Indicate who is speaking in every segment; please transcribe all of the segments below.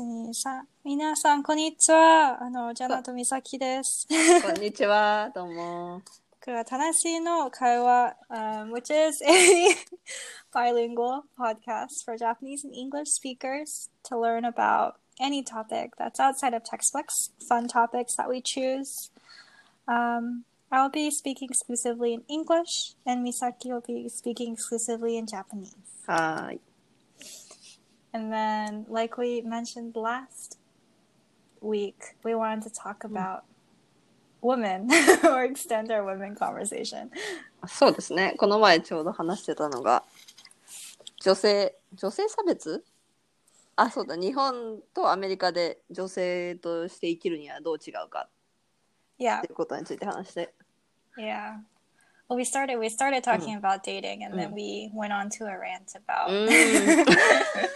Speaker 1: にさ、皆さん、こんにちは。あの、ジャナと美咲です。
Speaker 2: こんにちは、どうも。
Speaker 1: これは楽しいの会話、um, which is a bilingual podcast for Japanese and English speakers to learn about any topic that's outside of textbooks, fun topics that we choose. Um, I'll be speaking exclusively in English, and Misaki will be speaking exclusively in Japanese.
Speaker 2: はーい。
Speaker 1: And then, like we mentioned last week, we wanted to talk about women or extend our women conversation.
Speaker 2: そうですね。この前ちょうど話してたのが、女性、女性差別あ、そうだ。日本とアメリカで女性として生きるにはどう違うか
Speaker 1: Yeah,
Speaker 2: っていうことについて話して。
Speaker 1: yeah. Well, we started we started talking about dating, and then we went on to a rant about.
Speaker 2: うん。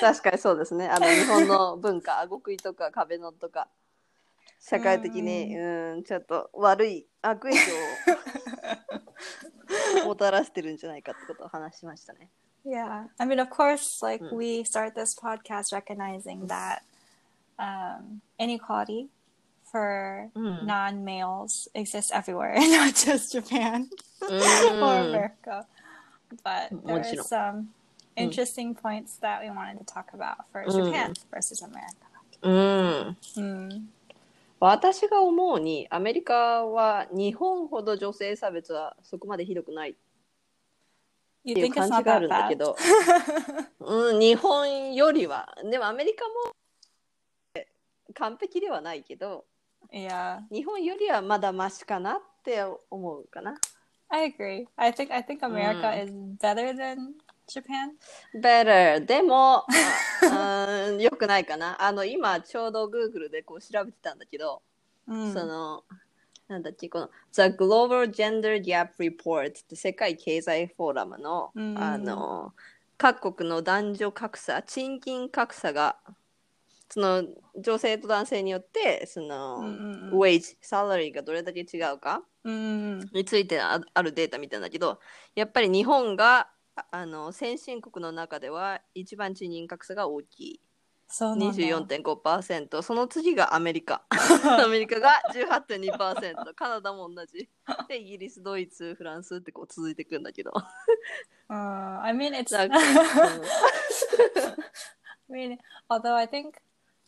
Speaker 2: 確かにそうですね。あの、日本の文化、あごくいとか壁のとか、社会的に、うん、ちょっと悪い悪影響をもたらしてるんじゃないかってことを話しましたね。
Speaker 1: yeah, I mean, of course, like
Speaker 2: Mm.
Speaker 1: we start this podcast recognizing that um, inequality for
Speaker 2: Mm.
Speaker 1: non males exists everywhere, not just Japan.
Speaker 2: う
Speaker 1: for
Speaker 2: ん
Speaker 1: America. But there
Speaker 2: Well, Mm. you
Speaker 1: are
Speaker 2: know.
Speaker 1: some interesting points that we wanted to talk about for
Speaker 2: Mm.
Speaker 1: Japan versus America.
Speaker 2: うん、
Speaker 1: Mm.
Speaker 2: 私が思うにアメリカは日本ほど女性差別はそこまでひどくないっ
Speaker 1: You
Speaker 2: ていう
Speaker 1: think it's
Speaker 2: 感じ
Speaker 1: not
Speaker 2: があ
Speaker 1: that
Speaker 2: るんだけ
Speaker 1: bad?
Speaker 2: ど、うん、日本よりはでもアメリカも完璧ではないけど
Speaker 1: yeah,
Speaker 2: 日本よりはまだマシかなって思うかな。
Speaker 1: I agree. I think I think America
Speaker 2: Mm.
Speaker 1: is better than Japan.
Speaker 2: Better でも、あうん、よくないかな。あの今ちょうど Google でこう調べてたんだけど、
Speaker 1: Mm.
Speaker 2: そのなんだっけこの The Global Gender Gap Report って世界経済フォーラムの,、
Speaker 1: うん
Speaker 2: あの各国の男女格差賃金格差がその女性と男性によってその、
Speaker 1: うんうんうん
Speaker 2: ウェイジサラリーがどれだけ違うか
Speaker 1: Mm.
Speaker 2: についてああるデータみたいなんだけどやっぱり日本がああの先進国の中では一番賃金格差が大きい
Speaker 1: So
Speaker 2: 24.5%その次がアメリ カアメリカが18.2%カナダも同じでイギリスドイツフランスってこう続いていくんだけど
Speaker 1: uh, I mean, it's.
Speaker 2: なんか
Speaker 1: I mean, although I think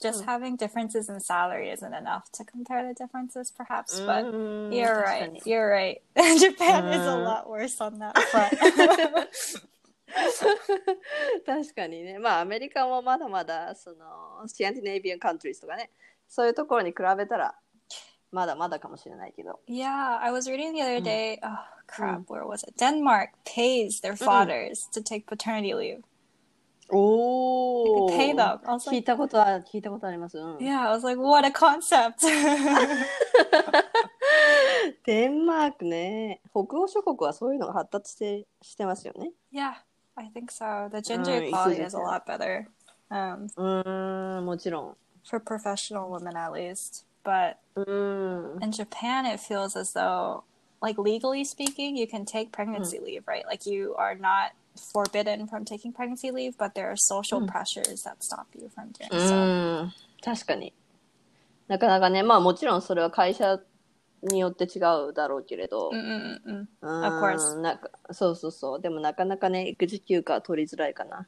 Speaker 1: just having
Speaker 2: Mm.
Speaker 1: differences in salary isn't enough to compare the differences, perhaps.
Speaker 2: う
Speaker 1: But
Speaker 2: ん
Speaker 1: You're
Speaker 2: 確か
Speaker 1: right.
Speaker 2: に
Speaker 1: You're right. Japan is a
Speaker 2: Mm.
Speaker 1: lot worse on that front.
Speaker 2: 確かにねまあアメリカもまだまだそのシアンティネイビアンカントリーズとかねそういうところに比べたらまだまだかもしれないけど
Speaker 1: yeah, I was reading the other
Speaker 2: Mm.
Speaker 1: day. Oh crap, where was it? Denmark pays their fathers to take paternity leave.
Speaker 2: お
Speaker 1: Pay them. I was
Speaker 2: 聞い
Speaker 1: like,
Speaker 2: たことは聞いたことあります、うん
Speaker 1: yeah, I was like, what a concept.
Speaker 2: デンマークね北欧諸国はそういうのが発達してしてますよね
Speaker 1: yeah, I think so. The gender
Speaker 2: Mm,
Speaker 1: equality
Speaker 2: easy
Speaker 1: is a
Speaker 2: to-
Speaker 1: lot better um,
Speaker 2: うーんもちろ
Speaker 1: for professional women, at least. But
Speaker 2: んうーん
Speaker 1: in Japan, it feels as though, like legally speaking, you can take pregnancy leave, right? Like you are not forbidden from taking pregnancy leave, but there are social
Speaker 2: Mm.
Speaker 1: pressures that stop you from doing
Speaker 2: う
Speaker 1: so.
Speaker 2: ーん確かになかなかねまあもちろんそれは会社によって違うだろうけれど、
Speaker 1: Mm-mm-mm.
Speaker 2: うーん
Speaker 1: Of course.
Speaker 2: なんかそうそうそうでもなかなかね育児休暇は取りづらいかな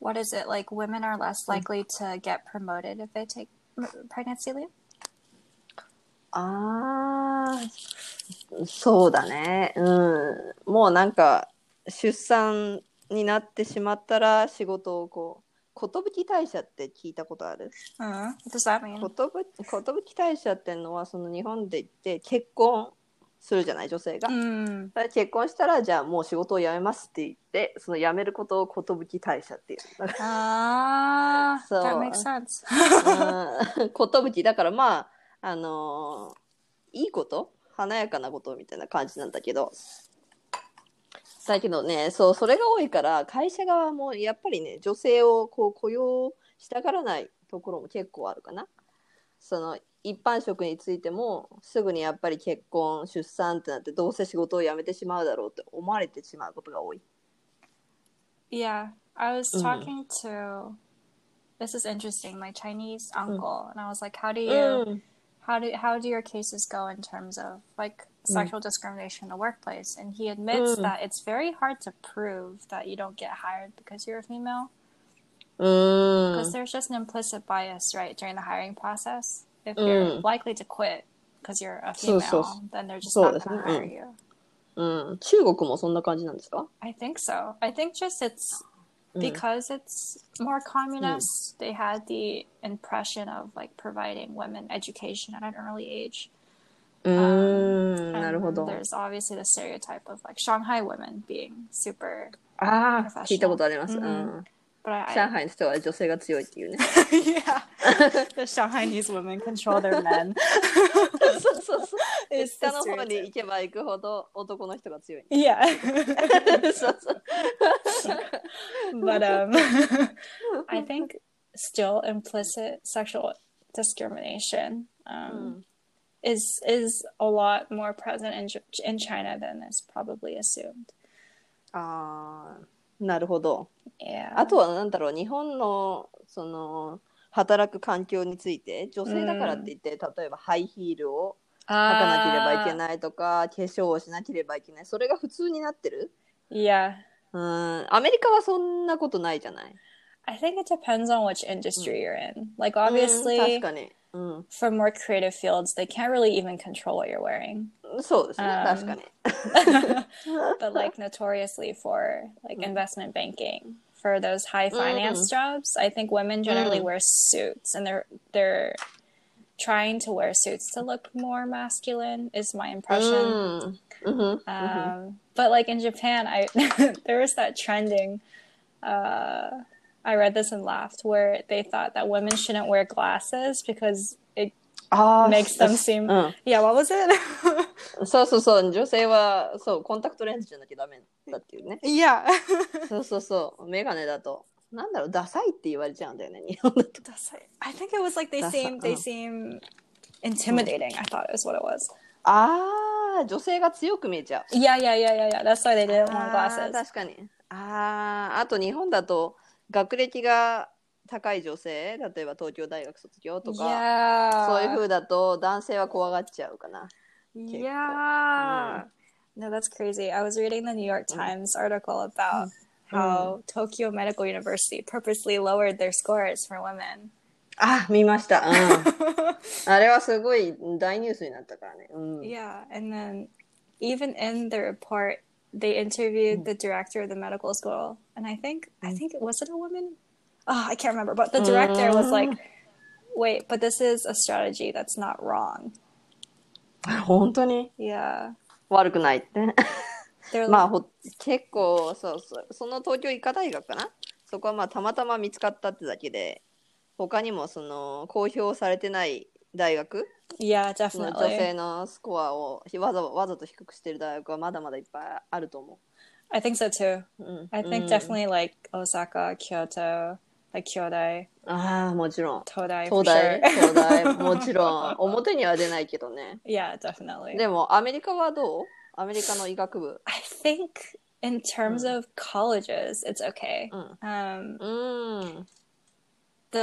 Speaker 1: What is it like? Women are less likely to get promoted if they take m- pregnancy leave.
Speaker 2: あーそうだねうんもうなんか出産になってしまったら仕事をこう寿退社って聞いたことある
Speaker 1: Uh, what does that mean?
Speaker 2: 寿寿退社ってのはその日本で言って結婚するじゃない女性が、
Speaker 1: Mm.
Speaker 2: だから結婚したらじゃあもう仕事を辞めますって言ってその辞めることを寿退社っていうだか
Speaker 1: Ah, that
Speaker 2: So,
Speaker 1: makes sense.
Speaker 2: らうん寿だからまああのーいいこと華やかなことみたいな感じなんだけどだけどねそうそれが多いから会社側もやっぱりね女性をこう雇用したがらないところも結構あるかな。その一般職についてもすぐにやっぱり結婚出産ってなってどうせ仕事を辞めてしまうだろうって思われてしまうことが多い。
Speaker 1: Yeah, I was
Speaker 2: Mhm.
Speaker 1: talking to this is interesting. My Chinese uncle and I was like, how do you
Speaker 2: うん。
Speaker 1: how do how do your cases go in terms of like sexual discrimination in the workplace? And he admits
Speaker 2: Mm.
Speaker 1: that it's very hard to prove that you don't get hired because you're a female
Speaker 2: うん。
Speaker 1: because there's just an implicit bias right during the hiring process. If you're
Speaker 2: Mm.
Speaker 1: likely to quit because you're a
Speaker 2: So,
Speaker 1: female,
Speaker 2: so,
Speaker 1: then they're just
Speaker 2: so
Speaker 1: not
Speaker 2: that's-
Speaker 1: going to
Speaker 2: mm.
Speaker 1: hire you.
Speaker 2: うん、中国もそんな感じなんですか、
Speaker 1: I think so. I think just it's
Speaker 2: うん
Speaker 1: because it's more
Speaker 2: Mm.
Speaker 1: communist, they had the impression of like providing women education at an early age.
Speaker 2: うーん
Speaker 1: And
Speaker 2: なるほど。
Speaker 1: There's obviously the stereotype of like Shanghai women being super,
Speaker 2: ああ、聞いたことあります。
Speaker 1: う
Speaker 2: うんん、
Speaker 1: but I,
Speaker 2: 上海の人は女性が強いっていうね。
Speaker 1: yeah, the Shanghainese women control their men.
Speaker 2: そうそうそう。
Speaker 1: It's
Speaker 2: 下
Speaker 1: the
Speaker 2: の方に
Speaker 1: stereotype.
Speaker 2: 行けば行くほど男の人が強い。
Speaker 1: Yeah,
Speaker 2: そうそう。
Speaker 1: but um, I think still implicit sexual discrimination. Um,
Speaker 2: うん、
Speaker 1: is is a lot more present in Ch- in China than is probably assumed.
Speaker 2: ああ、なるほど。
Speaker 1: Yeah.
Speaker 2: あとはなんだろう、日本のその働く環境について、女性だからって言って、例えばハイヒールを履かなければい
Speaker 1: uh,
Speaker 2: けないとか、化粧をしなければいけない、それが普通になってる。
Speaker 1: yeah.
Speaker 2: うん、アメリカはそんなことないじゃない。
Speaker 1: I think it depends on which industry you're in. Like
Speaker 2: うん
Speaker 1: obviously
Speaker 2: 確かに。うん、
Speaker 1: for more creative fields, they can't really even control what you're wearing.
Speaker 2: そうですね、
Speaker 1: うん
Speaker 2: 確かに。
Speaker 1: but like notoriously for like
Speaker 2: Mm.
Speaker 1: investment banking, for those high finance jobs, I think women generally
Speaker 2: Mm.
Speaker 1: wear suits and they're they're trying to wear suits to look more masculine is my impression.
Speaker 2: Mm. うんうんうん
Speaker 1: Um, but like in Japan, I there was that trending. Uh, I read this and laughed where they thought that women shouldn't wear glasses because it
Speaker 2: あー
Speaker 1: makes them seem
Speaker 2: う
Speaker 1: yeah. What was it?
Speaker 2: ん、そうそうそう女性はそうコンタクトレンズじゃなきゃダメだっていうね
Speaker 1: yeah.
Speaker 2: そうそうそう眼鏡だとなんだろうダサいって言われちゃうんだよね 日本だと
Speaker 1: That's like- I think it was like they
Speaker 2: That's-
Speaker 1: seem they
Speaker 2: oh.
Speaker 1: seem intimidating. I thought is what it was.
Speaker 2: ああ女性が強く見えちゃう
Speaker 1: Yeah, yeah, yeah, yeah, yeah. That's why they didn't want
Speaker 2: あー
Speaker 1: glasses.
Speaker 2: 確かにあああと日本だと学歴が高い女性例えば東京大学卒業とか
Speaker 1: Yeah.
Speaker 2: そういう風だと男性は怖がっちゃうかな
Speaker 1: Yeah. No, that's crazy. I was reading the New York Times article about how Tokyo Medical University purposely lowered their scores for women.
Speaker 2: あ見ました、
Speaker 1: Oh.
Speaker 2: うん、あれはすごい大ニュースになったからね、うん、
Speaker 1: Yeah. And then even in the report, they interviewed the director of the medical school. And I think, I think, was it a woman? Oh, I can't remember. But the director was like, wait, but this is a strategy that's not wrong.
Speaker 2: 本当に
Speaker 1: Yeah.
Speaker 2: 悪くないって。
Speaker 1: They're
Speaker 2: まあほ結構そうそうその東京医科大学かなそこはまあたまたま見つかったってだけで他にもその公表されてない大学
Speaker 1: yeah,
Speaker 2: その
Speaker 1: definitely.
Speaker 2: 女性のスコアをわざわざと低くしてる大学はまだまだいっぱいあると思
Speaker 1: I think so too.
Speaker 2: う。うん、
Speaker 1: I think
Speaker 2: うん
Speaker 1: definitely like Osaka, Kyoto, like Kyodai,
Speaker 2: ああもちろん
Speaker 1: Todai
Speaker 2: 東
Speaker 1: for
Speaker 2: 大
Speaker 1: sure.
Speaker 2: 東大 もちろん表には出ないけどね
Speaker 1: yeah, definitely.
Speaker 2: でもアメリカはどうアメリカの医学部
Speaker 1: I think in terms
Speaker 2: Mm.
Speaker 1: of colleges, it's okay.
Speaker 2: うん
Speaker 1: Um,
Speaker 2: うーん
Speaker 1: the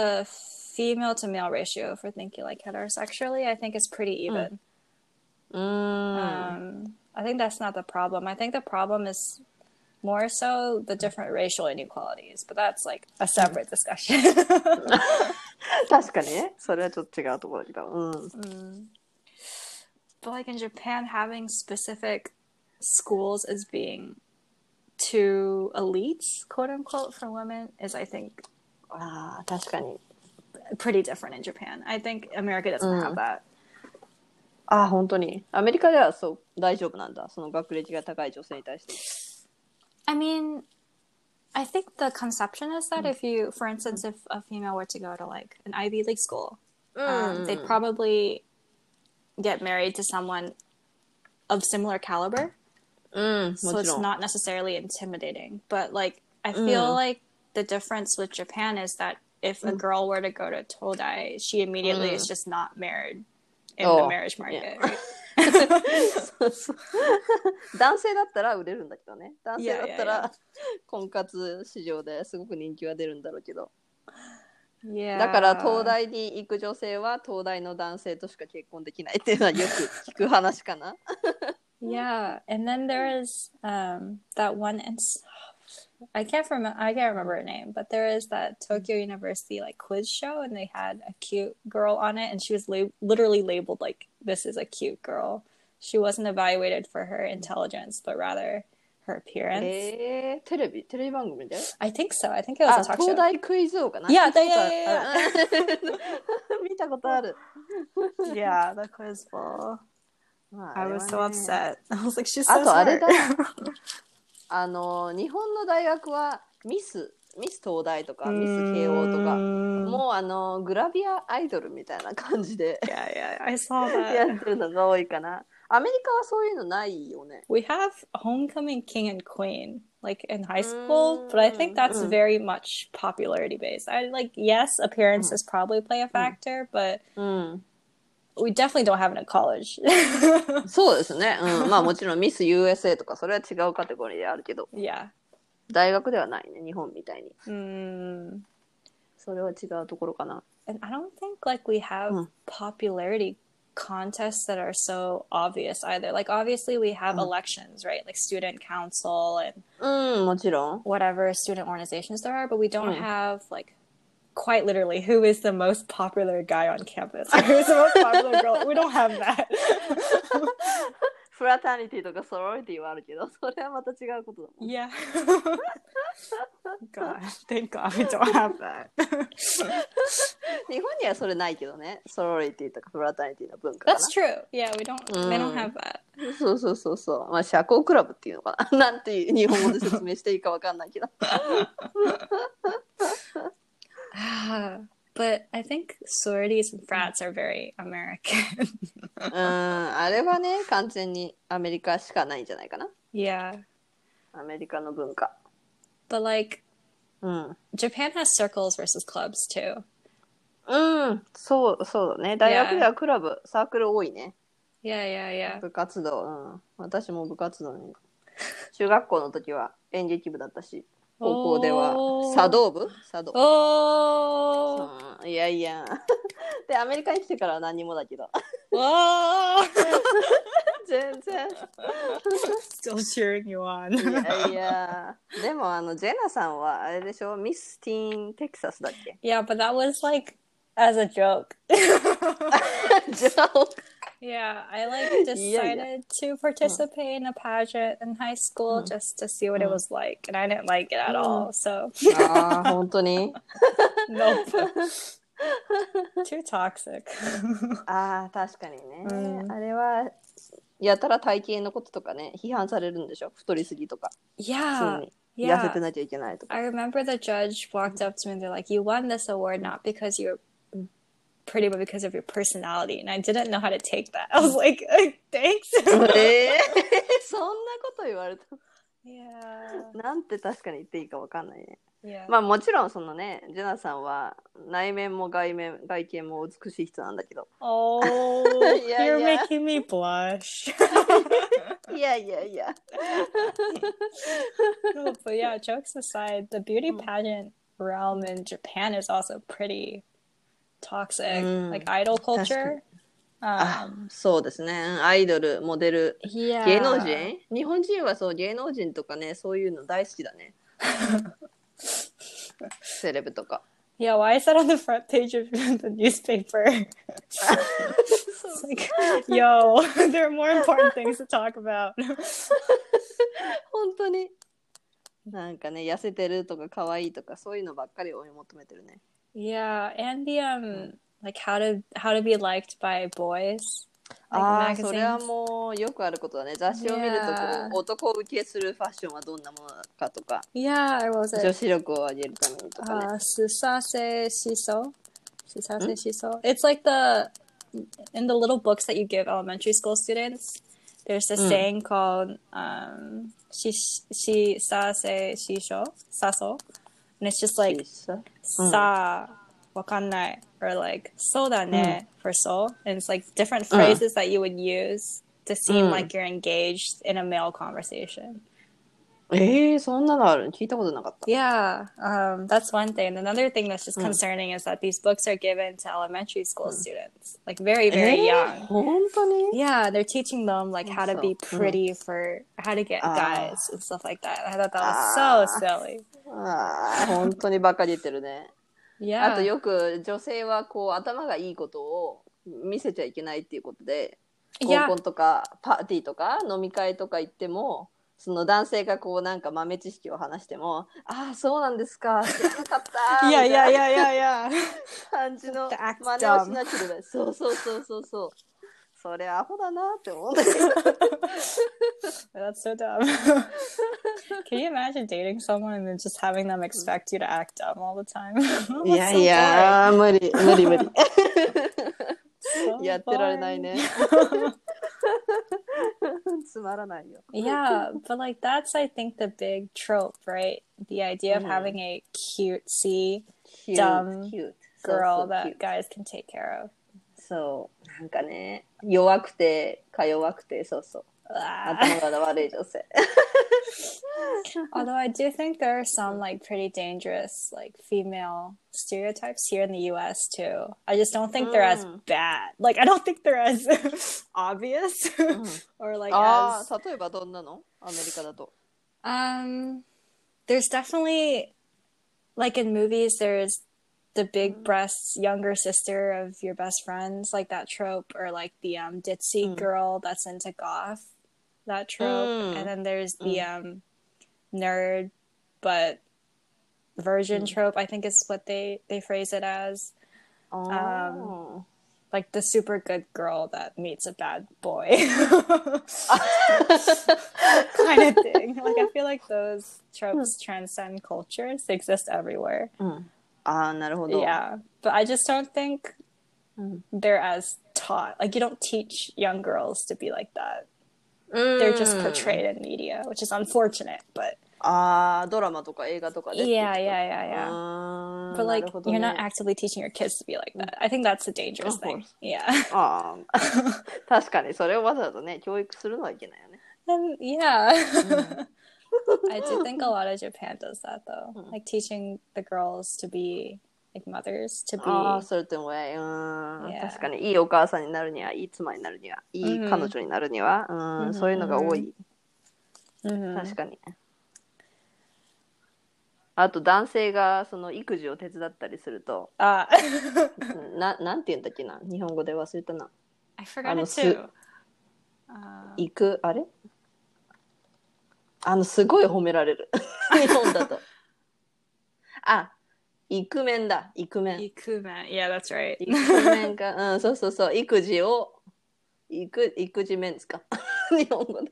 Speaker 1: female to male ratio for thinking like heterosexually, I think is pretty even.
Speaker 2: うーん
Speaker 1: Um, I think that's not the problem. I think the problem is more so the different racial inequalities, but that's like a separate discussion.
Speaker 2: 確かにねそれはちょっと違うところだけどうん
Speaker 1: Mm. But like in Japan, having specific schools as being too elites, quote unquote, for women is, I think,
Speaker 2: ああ確かに
Speaker 1: pretty different in Japan. I think America doesn't
Speaker 2: Mm.
Speaker 1: have that.
Speaker 2: ああ本当にアメリカではそう大丈夫なんだその学歴が高い女性に対 して、
Speaker 1: I mean, I think the conception is
Speaker 2: Hmm.
Speaker 1: that if you, for instance, if a female were to go to like an Ivy League school,
Speaker 2: う
Speaker 1: um,
Speaker 2: Hmm.
Speaker 1: they'd probably get married to someone of similar caliber.
Speaker 2: うんも
Speaker 1: so
Speaker 2: ち
Speaker 1: it's
Speaker 2: ろん
Speaker 1: not necessarily intimidating. But like, I feel
Speaker 2: Mm.
Speaker 1: like the difference with Japan is that if
Speaker 2: Hmm.
Speaker 1: a girl were to go to Todai, she immediately is just not married in the
Speaker 2: Oh,
Speaker 1: marriage market.
Speaker 2: yeah. そうそう男性だったら売れるんだけどね男性だった
Speaker 1: いやいやい
Speaker 2: ら婚活市場ですごく人気は出るんだろうけど
Speaker 1: Yeah.
Speaker 2: だから東大に行く女性は東大の男性としか結婚できないっていうのはよく聞く話かな。
Speaker 1: Yeah, Hmm. and then there is um that one and I can't remember I can't remember her name, but there is that Tokyo University like quiz show and they had a cute girl on it and she was la- literally labeled like this is a cute girl. She wasn't evaluated for her intelligence, but rather her appearance.
Speaker 2: えー、テレビテレビ番組で
Speaker 1: I think so. I think it
Speaker 2: あ
Speaker 1: was a talk
Speaker 2: 東
Speaker 1: show.
Speaker 2: 大クイズ王かな
Speaker 1: いや
Speaker 2: 聞たことある
Speaker 1: いやいや
Speaker 2: うん 見たことある。
Speaker 1: Yeah, the quiz bowl.
Speaker 2: ま
Speaker 1: I
Speaker 2: あ
Speaker 1: was
Speaker 2: あれ
Speaker 1: so
Speaker 2: はね
Speaker 1: upset. I was like, she's
Speaker 2: あ
Speaker 1: so
Speaker 2: とあれ
Speaker 1: smart.
Speaker 2: だ。 あの日本の大学はミスミス東大とかミス慶応とか
Speaker 1: Mm,
Speaker 2: もうあのグラビアアイドルみたいな感じ で
Speaker 1: yeah, yeah, I saw
Speaker 2: や
Speaker 1: that.
Speaker 2: ってるのが多いかな。アメリカはそういうのないよね。
Speaker 1: We have homecoming king and queen like in high school, but I think that's
Speaker 2: Mm.
Speaker 1: very much popularity based. I like yes,
Speaker 2: Mm.
Speaker 1: appearances probably play a factor, but
Speaker 2: うん、
Speaker 1: we definitely don't have it in college.
Speaker 2: そうですね、 うん、まあもちろんミス USA とかそれは違うカテゴリーであるけど
Speaker 1: yeah.
Speaker 2: 大学ではないね日本みたいに
Speaker 1: Mm.
Speaker 2: それは違うところかな
Speaker 1: And I don't think like we have
Speaker 2: Mm.
Speaker 1: popularity contests that are so obvious either. Like obviously we have
Speaker 2: Mm.
Speaker 1: elections, right? Like student council and
Speaker 2: うんもちろん
Speaker 1: whatever student organizations there are, but we don't
Speaker 2: Mm.
Speaker 1: have like quite literally who is the most popular guy on campus or who's the most popular girl. We don't have that.
Speaker 2: フラタニティとかソロリティはあるけど それはまた違うことだも ん
Speaker 1: yeah. God, thank God we don't have that.
Speaker 2: 日本にはそれないけどねソロリティとかフラタニティの文化か
Speaker 1: That's true. Yeah, we don't. They don't have
Speaker 2: Mm.
Speaker 1: that.
Speaker 2: な そうそうそうそうまあ社交クラブっていうのかな なんていう日本語で説明していいかわかん ないけど
Speaker 1: Ah, but I think sororities and frats are very American.
Speaker 2: うんあれはね完全にアメリカしかないんじゃないかな
Speaker 1: yeah,
Speaker 2: アメリカの文化
Speaker 1: but like
Speaker 2: うん、
Speaker 1: Japan has circles versus clubs too.
Speaker 2: うん、そうそうだね大学ではクラブ、サークル多いね
Speaker 1: Yeah, yeah, yeah.
Speaker 2: 部活動、うん、私も部活動 に中学校の時は演劇部だったし高校では
Speaker 1: おー
Speaker 2: 茶道部茶道
Speaker 1: Oh.
Speaker 2: うんいやいや でアメリカに来てからは何も だけど
Speaker 1: Whoa!
Speaker 2: 全然
Speaker 1: Still cheering you on.
Speaker 2: いやいやでもあのジェナさんはあれでしょミスティーンテキサスだっ け
Speaker 1: Yeah, but that was like as a joke.
Speaker 2: じゃあ
Speaker 1: yeah, I like decided to participate in a pageant in high school
Speaker 2: Mm.
Speaker 1: just to see what it
Speaker 2: Mm.
Speaker 1: was like, and I didn't like it at
Speaker 2: Mm.
Speaker 1: all. So
Speaker 2: あー本当に
Speaker 1: nope, too toxic.
Speaker 2: あー確かにね、
Speaker 1: うん
Speaker 2: あれはやたら体型のこととかね批判されるんでしょ太りすぎとか
Speaker 1: yeah,
Speaker 2: 普通に痩せ
Speaker 1: yeah.
Speaker 2: てなきゃいけないと か
Speaker 1: I remember the judge walked up to me and they're like, You won this award not because you're pretty, but because of your personality. And I didn't know how to take that. I was like, "Uh, Thanks.
Speaker 2: えー そんなこと言われた
Speaker 1: yeah.
Speaker 2: なんて確かに言っていいかわかんないね
Speaker 1: Yeah.
Speaker 2: まあもちろんそのねジェナさんは内面も外面外見も美しい人なんだけど
Speaker 1: Oh,
Speaker 2: Yeah,
Speaker 1: you're
Speaker 2: yeah.
Speaker 1: making me blush.
Speaker 2: いやいやいや
Speaker 1: No, but yeah, jokes aside, the beauty
Speaker 2: Mm.
Speaker 1: pageant realm in Japan is also pretty toxic.
Speaker 2: Mm. Ah.
Speaker 1: Like idol culture. Um,
Speaker 2: そうですねアイドルモデル
Speaker 1: yeah.
Speaker 2: 芸能人日本人はそう芸能人とかねそういうの大好きだ ねセレブとか
Speaker 1: Yeah, why is that on the front page of the newspaper? It's like, yo, there are more important things to talk about.
Speaker 2: 本当になんかね痩せてるとか可愛いとかそういうのばっかり追い求めてるね
Speaker 1: yeah, and the um, like how to how to be liked by boys.
Speaker 2: ああ
Speaker 1: Like
Speaker 2: ーそれは
Speaker 1: magazines.
Speaker 2: もうよくあることだね雑誌を見るとこ
Speaker 1: Yeah.
Speaker 2: う男を受けするファッションはどんなものかとか
Speaker 1: Yeah, or what was
Speaker 2: 女
Speaker 1: it?
Speaker 2: 子力を上げるためにとかね
Speaker 1: Uh, susase shiso. Susase shiso. It's like the in the little books that you give elementary school students. There's this
Speaker 2: Mm.
Speaker 1: saying called um, shish- shi sase shisho saso, and it's just like
Speaker 2: 小さい Mm.
Speaker 1: さあ、わかんない or like そうだね for so and it's like different phrases that you would use to seem
Speaker 2: Mm.
Speaker 1: like you're engaged in a male conversation
Speaker 2: ええそんなのある聞いたことなかった。
Speaker 1: Yeah, um, that's one thing. And another thing that's
Speaker 2: Hmm.
Speaker 1: just concerning is that these books are given to elementary school students, like very, very
Speaker 2: えー
Speaker 1: young.
Speaker 2: 本当に
Speaker 1: Yeah, they're teaching them like how to be
Speaker 2: So, mm.
Speaker 1: pretty for how to get
Speaker 2: Ah.
Speaker 1: guys and stuff like that. I thought that was so
Speaker 2: Ah.
Speaker 1: silly.
Speaker 2: ああ、本当にバカに言ってるね。あと
Speaker 1: Yeah.
Speaker 2: よく女性はこう頭がいいことを見せちゃいけないっていうことで、合
Speaker 1: Yeah.
Speaker 2: コンとかパーティーとか飲み会とか行ってもその男性がこうなんか豆知識を話しても「ああそうなんですか知らなかった」み
Speaker 1: Yeah,
Speaker 2: たい
Speaker 1: yeah,
Speaker 2: な
Speaker 1: yeah, yeah, yeah.
Speaker 2: 感じの
Speaker 1: The act
Speaker 2: 真似をしなければそうそうそうそうそうそれアホだなって思うんだけ ど
Speaker 1: That's so dumb. Can you imagine dating someone and then just having them expect you to act dumb all the time? That's so boring.
Speaker 2: 無理無理無理
Speaker 1: So
Speaker 2: やってられない
Speaker 1: boring.
Speaker 2: ね つまらないよ
Speaker 1: yeah, but like that's I think the big trope, right? The idea of
Speaker 2: Mhm.
Speaker 1: having a cutesy
Speaker 2: Cute,
Speaker 1: Dumb
Speaker 2: cute.
Speaker 1: girl
Speaker 2: そうそう cute.
Speaker 1: that guys can take care of.
Speaker 2: そうなんかね弱くてか弱くてそうそう
Speaker 1: Ah.
Speaker 2: 頭が悪い女 性
Speaker 1: Although I do think there are some
Speaker 2: Mm-hmm.
Speaker 1: like pretty dangerous like female stereotypes here in the US too. I just don't think they're as
Speaker 2: Mm.
Speaker 1: bad. Like I don't think they're as obvious
Speaker 2: Mm.
Speaker 1: or like
Speaker 2: あ
Speaker 1: as
Speaker 2: あ例えばどんなのアメリカだと
Speaker 1: um there's definitely like in movies there's the
Speaker 2: Mm-hmm.
Speaker 1: big breasts younger sister of your best friends like that trope or like the um ditzy
Speaker 2: Mm.
Speaker 1: girl that's into goth that trope
Speaker 2: Mm.
Speaker 1: and then there's the um nerd but virgin
Speaker 2: Mm.
Speaker 1: trope i think is what they they phrase it as
Speaker 2: あー
Speaker 1: like the super good girl that meets a bad boy kind of thing like i feel like those tropes
Speaker 2: Hmm.
Speaker 1: transcend cultures they exist everywhere
Speaker 2: うん あーなるほど
Speaker 1: yeah but i just don't think
Speaker 2: Mm.
Speaker 1: they're as taught like you don't teach young girls to be like that
Speaker 2: うん
Speaker 1: they're just portrayed in media which is unfortunate but
Speaker 2: ああドラマとか映画とかで
Speaker 1: yeah yeah yeah yeah
Speaker 2: Um, あ
Speaker 1: but
Speaker 2: な
Speaker 1: like
Speaker 2: るほど
Speaker 1: you're
Speaker 2: ね
Speaker 1: not actively teaching your kids to be like that i think that's a dangerous
Speaker 2: Of
Speaker 1: thing
Speaker 2: course.
Speaker 1: yeah
Speaker 2: あー 確かにそれをわざわざね教育するのはいけないよね
Speaker 1: and
Speaker 2: Hmm.
Speaker 1: yeah i do think a lot of japan does that though
Speaker 2: Hmm.
Speaker 1: like teaching the girls to be like mothers to be
Speaker 2: ああそれってもねうーん
Speaker 1: Yeah.
Speaker 2: 確かにいいお母さんになるにはいい妻になるにはいい
Speaker 1: うん
Speaker 2: 彼女になるには、うーん
Speaker 1: うん
Speaker 2: そういうのが多い、
Speaker 1: Mhm.
Speaker 2: 確かにあと男性がその育児を手伝ったりすると
Speaker 1: uh,
Speaker 2: うんななんて言うんだっけな日本語で忘れたな
Speaker 1: i forgot
Speaker 2: Ano
Speaker 1: it
Speaker 2: su-
Speaker 1: too uh,
Speaker 2: 行くあれあのすごい褒められ る日本だとあイクメンだイクメン
Speaker 1: Ikumen. Yeah, that's right.
Speaker 2: イクメンか、うん、そうそうそう、育児を、育育児メンですか。 日本語で。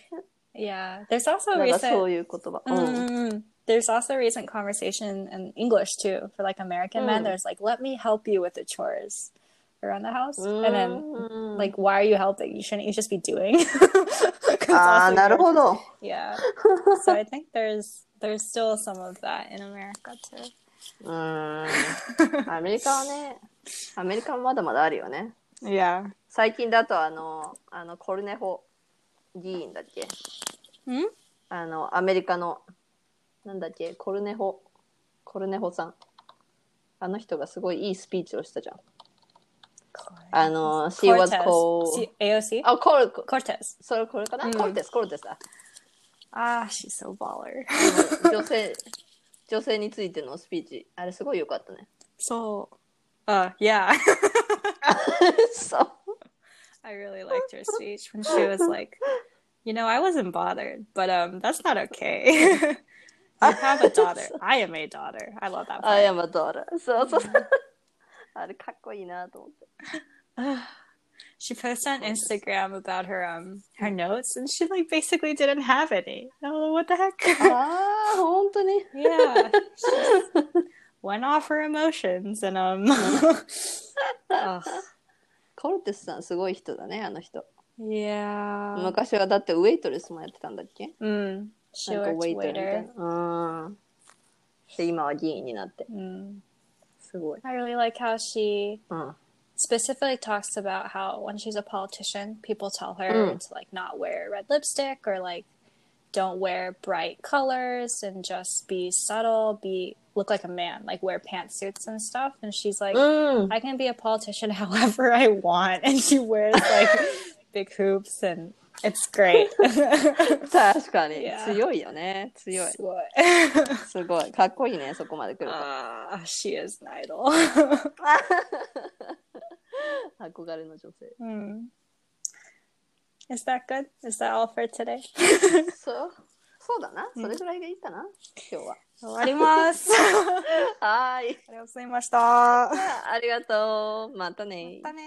Speaker 1: yeah. There's also
Speaker 2: なんかそ
Speaker 1: recent
Speaker 2: ういう言葉。うん。
Speaker 1: Mm, there's also recent conversation in English too for like American men.
Speaker 2: Mm.
Speaker 1: There's like, let me help you with the chores around the house.
Speaker 2: うん
Speaker 1: And then
Speaker 2: Mm.
Speaker 1: like why are you helping? You shouldn't you just be doing 'Cause also
Speaker 2: ああ、なる
Speaker 1: you're-
Speaker 2: ほど。
Speaker 1: Yeah. so I think there's there's still some of that in America too.
Speaker 2: うん。アメリカはね、アメリカはまだまだあるよね。
Speaker 1: Yeah.
Speaker 2: 最近だと、あの、あのコルネホ議員だっけ。
Speaker 1: Hmm?
Speaker 2: あの、アメリカの、なんだっけ、コルネホ、コルネホさん。あの人がすごいいいスピーチをしたじゃん。あの、She was
Speaker 1: Cortez.
Speaker 2: called... Oh.
Speaker 1: C- AOC?
Speaker 2: あ、コル、
Speaker 1: Cortez.
Speaker 2: それこれかな、
Speaker 1: うん
Speaker 2: コルテス、コルテスだ。
Speaker 1: Ah, she's so baller.
Speaker 2: 女性、女性についてのスピーチ。あれすごい良か ったね。
Speaker 1: So, uh, yeah,
Speaker 2: そう。
Speaker 1: I really liked her speech when she was like, you know, I wasn't bothered, but um, that's not okay. you have a daughter. I am a daughter. I love that.
Speaker 2: あ
Speaker 1: Part.
Speaker 2: やまとある。そうそう。 あれかっこいいなと思って。
Speaker 1: She posted on Instagram about her um her notes, and she like basically didn't have any. Oh, what the heck?
Speaker 2: ああ、本当に。
Speaker 1: yeah, she just went off her emotions, and um, Ugh.
Speaker 2: コルテスさんすごい人だね、あの人。
Speaker 1: yeah.
Speaker 2: 昔はだってウェイトレスもやってたんだっけ
Speaker 1: Mm. She
Speaker 2: なんか
Speaker 1: worked
Speaker 2: ウェイトレスみた
Speaker 1: waiter.
Speaker 2: いな。うん。で、今は議員になって。
Speaker 1: Mm.
Speaker 2: すごい。
Speaker 1: I really like how she
Speaker 2: うん。
Speaker 1: specifically talks about how when she's a politician, people tell her
Speaker 2: Mm.
Speaker 1: to like not wear red lipstick or like don't wear bright colors and just be subtle, be look like a man, like wear pantsuits and stuff. And she's like,
Speaker 2: うん。
Speaker 1: I can be a politician however I want. And she wears like big hoops and it's great.
Speaker 2: 確かに
Speaker 1: Yeah.
Speaker 2: 強いよね 強い
Speaker 1: What?
Speaker 2: すごいかっこいいねそこまで来ると
Speaker 1: Ah, she is an idol.
Speaker 2: 憧れの女性
Speaker 1: Hmm. Is that good? Is that all for today?
Speaker 2: そうそうだなそれぐらいがいいかな今日は
Speaker 1: 終わります。
Speaker 2: はーい
Speaker 1: ありがとうございました。
Speaker 2: ありがとうまたね
Speaker 1: またね。